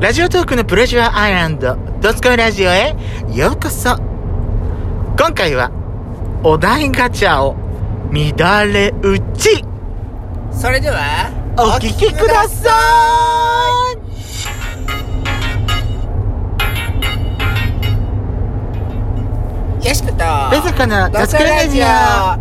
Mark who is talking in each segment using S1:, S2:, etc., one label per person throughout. S1: ラジオトークのプレジュアアイランド、ドスコイラジオへようこそ。今回は、お題ガチャを乱れ打ち、
S2: それでは
S1: お聞きください
S2: いよしこと
S1: ベソコのドスコイラジオ、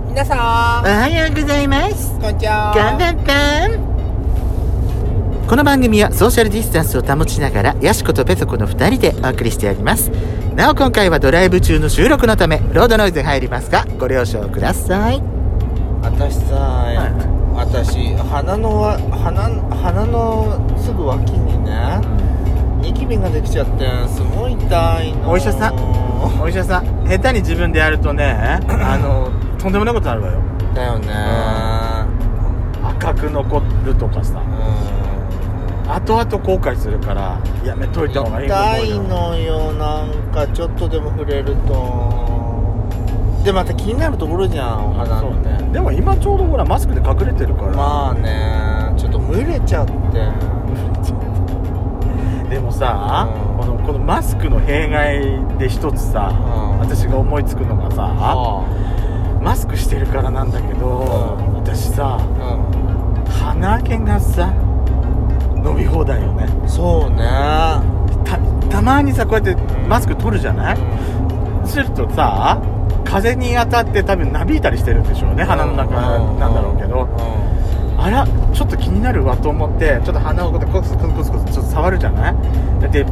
S2: 皆
S1: お
S2: さ
S1: はようございます。
S2: んこんにちは
S1: ガンバンバンこの番組はソーシャルディスタンスを保ちながらヤシコとペソコの2人でお送りしておりますなお今回はドライブ中の収録のためロードノイズが入りますがご了承ください
S3: 私さ、
S1: は
S3: 私鼻のわ鼻鼻のすぐ脇にねニキビができちゃってすごい痛いの
S1: お医者さんお医者さん下手に自分でやるとねあのとんでもないことあるわよ
S3: だよね
S1: 赤く残るとかさ
S3: う
S1: 後々後悔するからやめといた方がい
S3: ん
S1: い
S3: 痛いのよなんかちょっとでも触れるとでまた気になるところじゃんお鼻のね
S1: でも今ちょうどほらマスクで隠れてるから
S3: まあねちょっと蒸れちゃって
S1: でもさ、
S3: うん
S1: このこのマスクの弊害で一つさ、
S3: うん
S1: 私が思いつくのがさ、マスクしてるからなんだけど、
S3: うん
S1: 私さ
S3: う
S1: 鼻毛がさ伸び放題よね
S3: んそうね
S1: たたまにさこうやってマスク取るじゃない、するとさ風に当たって多分なびいたりしてるんでしょうね鼻の中なんだろうけど、
S3: うん
S1: あらちょっと気になるわと思ってちょっと鼻をこうやってコツコツコツコツちょっと触るじゃないで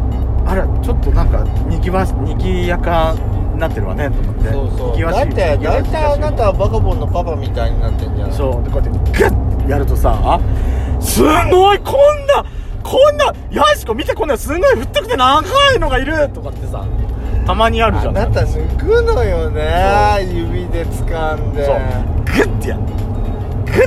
S1: あらちょっとなんかにぎわにぎやかになってるわねと思って
S3: そうそう
S1: にぎわ
S3: だ
S1: し
S3: っ
S1: い
S3: て
S1: にぎわしい
S3: 大体あなたはバカボンのパパみたいになってんじゃない
S1: そうでこうやってグッてやるとさすごいこんなこんなヤシコ見てこんなすごい太くて長いのがいるとかってさたまにあるじゃ
S3: あ
S1: ん
S3: なた抜くのよね指で掴んで
S1: そうグッてやる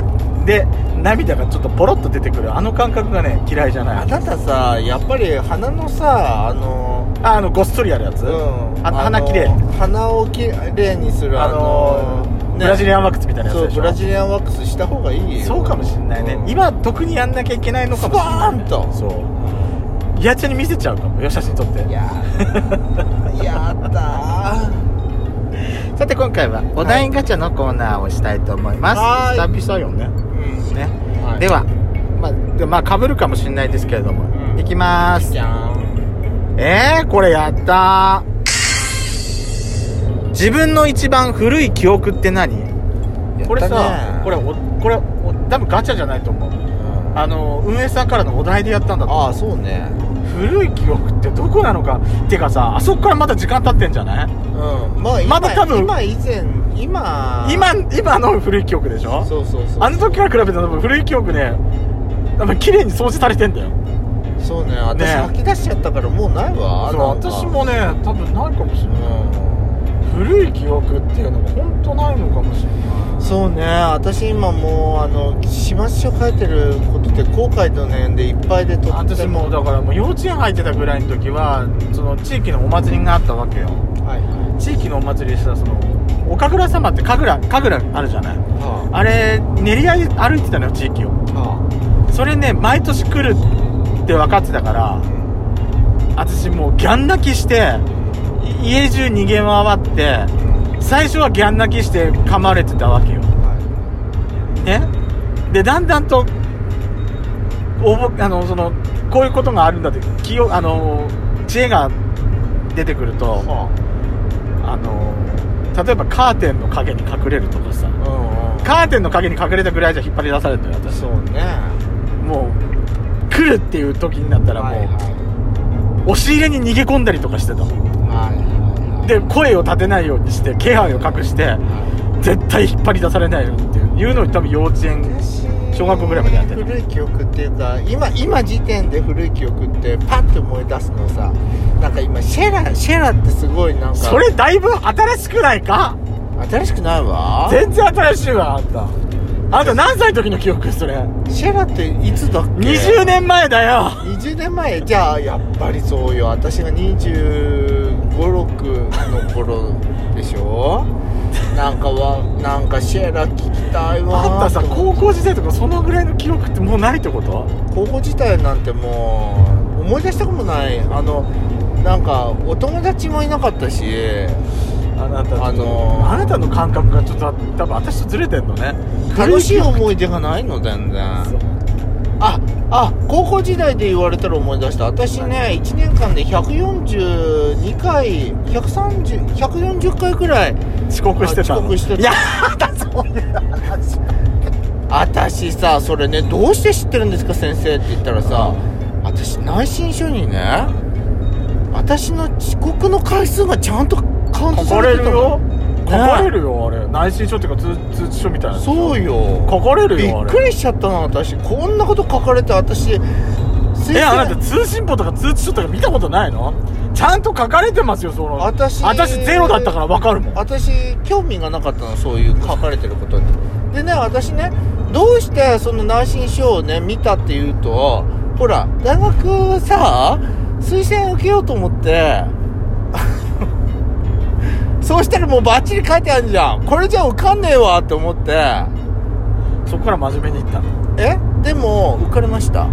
S1: グッで涙がちょっとポロッと出てくるあの感覚がね嫌いじゃない
S3: あなたさやっぱり鼻のさあの
S1: ああのごっそりやるやつ、
S3: うん
S1: あ
S3: あの
S1: 鼻きれい
S3: 鼻をきれいにする
S1: あ
S3: あ
S1: の
S3: の
S1: ー
S3: ね
S1: ブラジリアンワックスみたいなやつ
S3: そう
S1: でし
S3: ブ
S1: ょ
S3: ラジリアンワックスした方がいいよ
S1: そうかもしんないね、
S3: うん
S1: 今特にやんなきゃいけないのかもしんない、ね、
S3: スパーンと
S1: そうやっちゃんに見せちゃうかもよ写真撮って
S3: いやーやった
S1: さて今回はお題ガチャのコーナーをしたいと思います、
S3: はい
S1: 久々よね
S3: ーうん
S1: ね、
S3: はい
S1: ではまあでまあかぶるかもしんないですけれども、
S3: うん
S1: いきまーす
S3: じゃん
S1: えー、これやったー自分の一番古い記憶って何これさこれおこれお多分ガチャじゃないと思う
S3: あ
S1: あの運営さんからのお題でやったんだと
S3: あーそうね
S1: 古い記憶ってどこなのかてかさあそこからまだ時間経ってんじゃない
S3: うんまあ
S1: まだ多
S3: 今
S1: 分
S3: 今以前今
S1: 今今の古い記憶でしょ
S3: そうそうそう
S1: あの時から比べたら古い記憶ねやっぱ綺麗に掃除されてんだよ
S3: そうね私
S1: ね
S3: 吐き出しちゃったからもうないわ
S1: そう
S3: なんか
S1: 私もね多分ないかもしれ
S3: う
S1: ない古い記憶っていうのが本当ないのかもしれない
S3: んそうね私今もうあの始末書書いてることって後悔の念でいっぱいでとっても
S1: 私もうだからもう幼稚園入ってたぐらいの時はその地域のお祭りがあったわけよ
S3: はいは
S1: 地域のお祭りでさそのお神楽様って神楽神楽あるじゃない
S3: いは
S1: あれ練り歩いてたのよ地域を
S3: あは
S1: それね毎年来るって分かってたから私もうギャン泣きしてい家中逃げ回って最初はギャン泣きして噛まれてたわけよねでだんだんとおぼあのそのこういうことがあるんだって気をあの知恵が出てくるとあの例えばカーテンの影に隠れるとかさ
S3: あうんうん
S1: カーテンの影に隠れたぐらいじゃ引っ張り出されたよ私
S3: そうね
S1: もう来るっていう時になったらもう、
S3: はいは
S1: 押し入れに逃げ込んだりとかしてたもん
S3: いはいはいはい
S1: で声を立てないようにして気配を隠して絶対引っ張り出されないよっていういうのを多分幼稚園
S3: 私
S1: 小学校ぐらいまでやってた
S3: 古い記憶っていうか今今時点で古い記憶ってパッて思い出すのさなんか今シェラシェラってすごいなんか
S1: それだいぶ新しくないか
S3: 新しくないわ
S1: 全然新しいわあんたあんた何歳の時の記憶それ
S3: シェラっていつだっけ
S1: 20年前だよ
S3: 20年前じゃあやっぱりそうよ私が2526の頃でし ょなんかわなんかシェラ聞きたいわ
S1: あんたさ
S3: と思って
S1: 高校時代とかそのぐらいの記憶ってもうないってこと
S3: 高校自体なんてもう思い出したくもないあのなんかお友達もいなかったし
S1: あなた
S3: あのー
S1: あなたの感覚がちょっと多分私とずれてんのね
S3: 楽しい思い出がないの全然ああ高校時代で言われたら思い出した私ね1年間で142回130 140回くらい
S1: 遅刻してたの
S3: あ遅刻してた
S1: いやだそういう話
S3: 私さそれねどうして知ってるんですか先生って言ったらさ私内申書にね私の遅刻の回数がちゃんとカウント
S1: 書
S3: さ
S1: かれ
S3: れ
S1: る
S3: てたの
S1: よ書かれるよあれ内申書っていうか通通知書みたいな
S3: そうよ
S1: 書かれるよあ
S3: び
S1: れ
S3: っくりしちゃったな私こんなこと書かれて私先生
S1: えあなた通信簿とか通知書とか見たことないのちゃんと書かれてますよその
S3: 私
S1: 私ゼロだったから分かるもん
S3: 私興味がなかったのそういう書かれてることにでね私ねどうしてその内申書をね見たっていうとほら大学さ推薦受けようと思って そうしたらもうバッチリ書いてあるじゃんこれじゃ受かんねえわって思って
S1: そこから真面目に言ったの
S3: えでも受かりました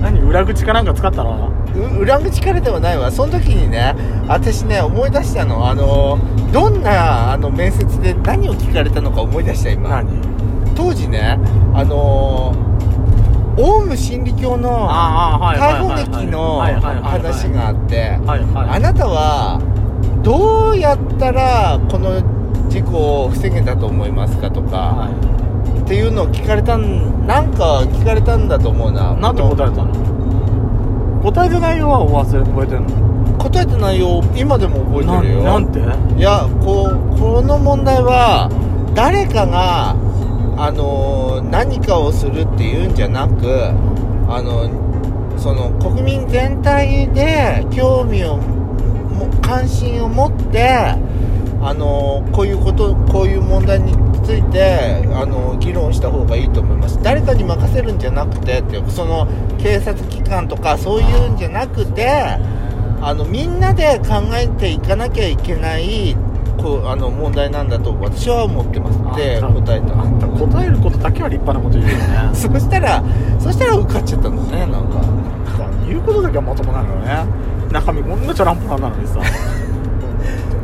S1: 何裏口かなんか使ったの
S3: う裏口からではないわその時にね私ね思い出したのあのどんなあの面接で何を聞かれたのか思い出した今当時ねあのーオウム真理教の
S1: ああはいはいは
S3: 逮
S1: い
S3: 捕
S1: はい
S3: 劇の
S1: はいはいはいはい
S3: 話があって
S1: はいはい
S3: あなたはどうやったらこの事故を防げたと思いますかとか
S1: は
S3: っていうのを聞かれたんなんか聞かれたんだと思うない
S1: なんて答えたの答えた内容はお忘れ覚えてんの
S3: 答えた内容今でも覚えてるよ
S1: なんなんて
S3: いやこうこの問題は誰かがあのー何かをするっていうんじゃなくあのその国民全体で興味をも関心を持ってあのーこういうことこういう問題についてあのー議論した方がいいと思います誰かに任せるんじゃなくてっていうその警察機関とかそういうんじゃなくて。あのみんなで考えていかなきゃいけないこうあの問題なんだと私は思ってますって
S1: あ
S3: 答え
S1: あんた
S3: た
S1: 答えることだけは立派なこと言うよね
S3: そしたらそしたら受かっちゃったのねなんか
S1: 言うことだけはまともなのよね中身こんなチャランポランなのにさ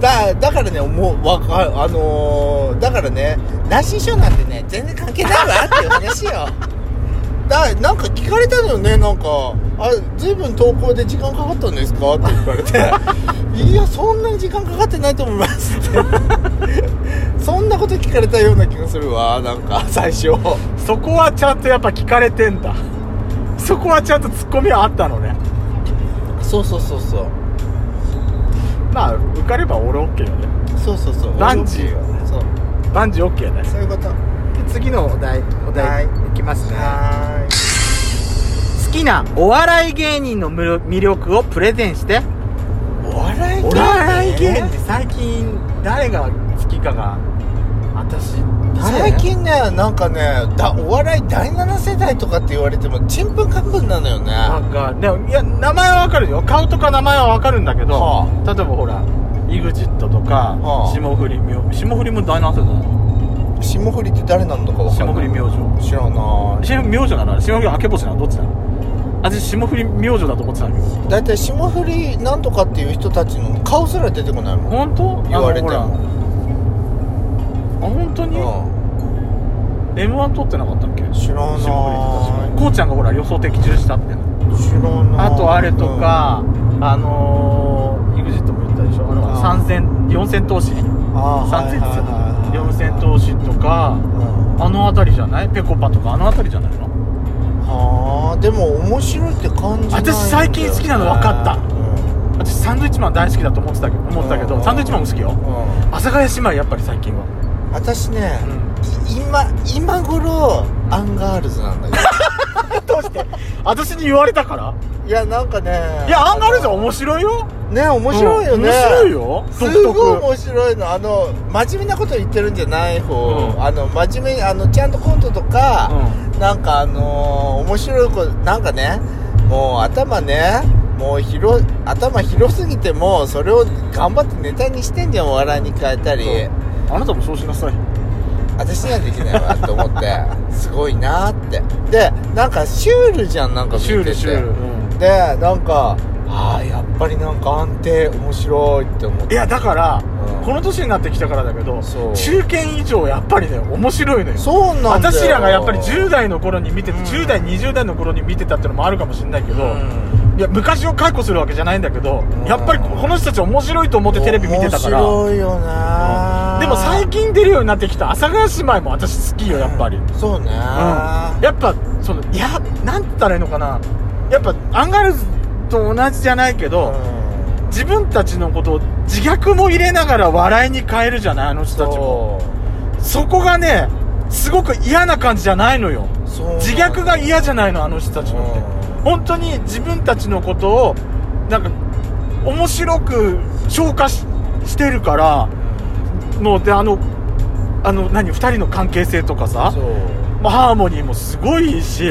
S3: だだからねもうわかあのーだからね内申書なんてね全然関係ないわっていう話よ だなんか聞かれたのよねなんか「あずいぶん投稿で時間かかったんですか?」って言われ て「いやそんなに時間かかってないと思います」って そんなこと聞かれたような気がするわなんか最初
S1: そこはちゃんとやっぱ聞かれてんだそこはちゃんとツッコミはあったのね
S3: そうそうそうそう
S1: まあ受かれば俺 OK よね
S3: そうそうそう
S1: ランチ
S3: そう
S1: 万事 OK ね
S3: そういうこと
S1: 次のお題お
S3: 題
S1: いきます
S3: はーい
S1: 好きなお笑い芸人のむ魅力をプレゼンして
S3: お笑い
S1: お笑い芸人って最近誰が好きかが私誰
S3: 最近ねなんかねだお笑い第7世代とかって言われてもちんぷんかんぷんなのよね
S1: なんかでもいや名前はわかるよ顔とか名前はわかるんだけど、
S3: は
S1: 例えばほら EXIT とか、
S3: はあ
S1: 霜降り明霜降りも第何世代な
S3: 霜降りって誰なんだか
S1: の
S3: わかん
S1: 霜降
S3: な
S1: り
S3: い
S1: 明星
S3: 知らな
S1: 霜降り明星なのあれ霜降り明け星なのどっちなのあ私霜降り明星だと思ってたんだけど
S3: い大体霜降りなんとかっていう人たちの顔すら出てこないもん
S1: 本当
S3: 言われて
S1: あの
S3: も
S1: ほらあ本当に、
S3: う
S1: m 1取ってなかったっけ
S3: 知らな
S1: 霜降りっ
S3: い
S1: て確かこうちゃんがほら予想的中したって
S3: ん知らない
S1: あとあれとか、あのー、EXIT も言ったでしょあの
S3: ああ
S1: 3戦4戦投資
S3: うんあー
S1: 三
S3: はい
S1: 千
S3: はいはい
S1: 四千投資とか
S3: うん
S1: あの辺りじゃないペコパとかあの辺りじゃないの
S3: はあでも面白いって感じないんだよね
S1: 私最近好きなの分かった
S3: うん
S1: 私サンドウィッチマン大好きだと思ってたけど思ってたけ
S3: う
S1: ど
S3: ん
S1: サンドウィッチマンも好きよ
S3: うん
S1: 阿佐ヶ谷姉妹やっぱり最近は
S3: 私ね、
S1: う
S3: 今今頃アンガールズなんだけど
S1: どうして私に言われた から
S3: いやなんかね
S1: いやあんがあるじゃん
S3: 面
S1: 面白いよ
S3: ね面白い
S1: う
S3: よね、
S1: ん面白いよ
S3: す
S1: 独
S3: ごい
S1: 特
S3: 面白いのあの真面目なこと言ってるんじゃない方、
S1: うん
S3: あの真面目にあのちゃんとコントとか、なんかあのー面白いことなんかねもう頭ねもう広頭広すぎてもそれを頑張ってネタにしてんじゃんお笑いに変えたり
S1: そうあなたもそうしなさい
S3: 私にはできないわと思ってすごいなってでなんかシュールじゃんなんか見て
S1: シ
S3: て
S1: ュールシュール、うん
S3: でなんかああやっぱりなんか安定面白いって思って
S1: いやだから、
S3: うん
S1: この年になってきたからだけど
S3: そう
S1: 中堅以上やっぱりね面白いのよ
S3: そうなんだよ
S1: 私らがやっぱり10代の頃に見てて、
S3: うん
S1: 10代20代の頃に見てたってのもあるかもしれないけど、
S3: うん
S1: いや昔を解雇するわけじゃないんだけど、
S3: うん
S1: やっぱりこの人たち面白いと思ってテレビ見てたから、
S3: 面白いよね
S1: でも最近出るようになってきた阿佐ヶ谷姉妹も私好きよやっぱり、うん
S3: そうね
S1: やっぱそのいやなんて言ったらいいのかなやっぱアンガールズと同じじゃないけど、
S3: うん
S1: 自分たちのことを自虐も入れながら笑いに変えるじゃないあの人たちもそこがねすごく嫌な感じじゃないのよ
S3: そうそう
S1: 自虐が嫌じゃないのあの人たちのって
S3: うん
S1: 本当に自分たちのことをなんか面白く消化ししてるからのであのあの何2人の関係性とかさ
S3: そう
S1: まあハーモニーもすごいいいし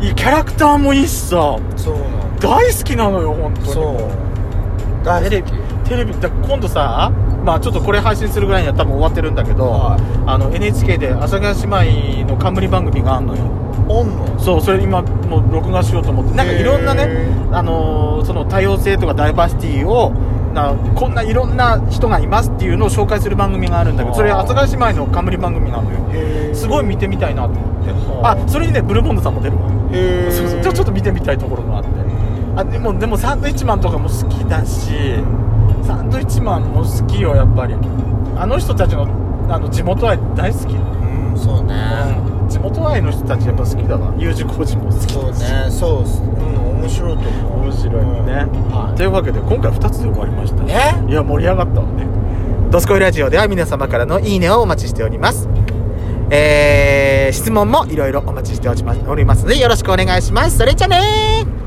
S1: いいキャラクターもいいしさ
S3: そうなんだ
S1: 大好きなのよ本当に
S3: そう大
S1: テ
S3: 好き
S1: レビテレビだ今度さまあちょっとこれ配信するぐらいには多分終わってるんだけど、
S3: はい
S1: あの NHK で阿佐ヶ谷姉妹の冠番組があんのよ
S3: オンの
S1: そうそれ今もう録画しようと思ってなんかいろんな
S3: へ
S1: ね
S3: ー
S1: あのーその多様性とかダイバーシティをなこんないろんな人がいますっていうのを紹介する番組があるんだけどそれ阿
S3: あー
S1: 佐ヶ谷姉妹の冠番組なのよ
S3: へー
S1: すごい見てみたいなと思って
S3: は
S1: あそれにねブルボンドさんも出るわ
S3: へー
S1: そうそうちょちょっと見てみたいところがあってあでもでもサンドイッチマンとかも好きだしサンドイッチマンも好きよやっぱりあの人たちのあの地元愛大好き、
S3: うんそうね
S1: 地元愛の人たちやっぱ好きだわ U 字工事も好き
S3: そうねそううん面白いと思う
S1: 面白いね、
S3: は
S1: というわけで今回2つで終わりました
S3: いえ
S1: いや盛り上がったわねドスコイラジオでは皆様からのいいねをお待ちしておりますえー質問もいろいろお待ちしておりますおりますのでよろしくお願いしますそれじゃあねー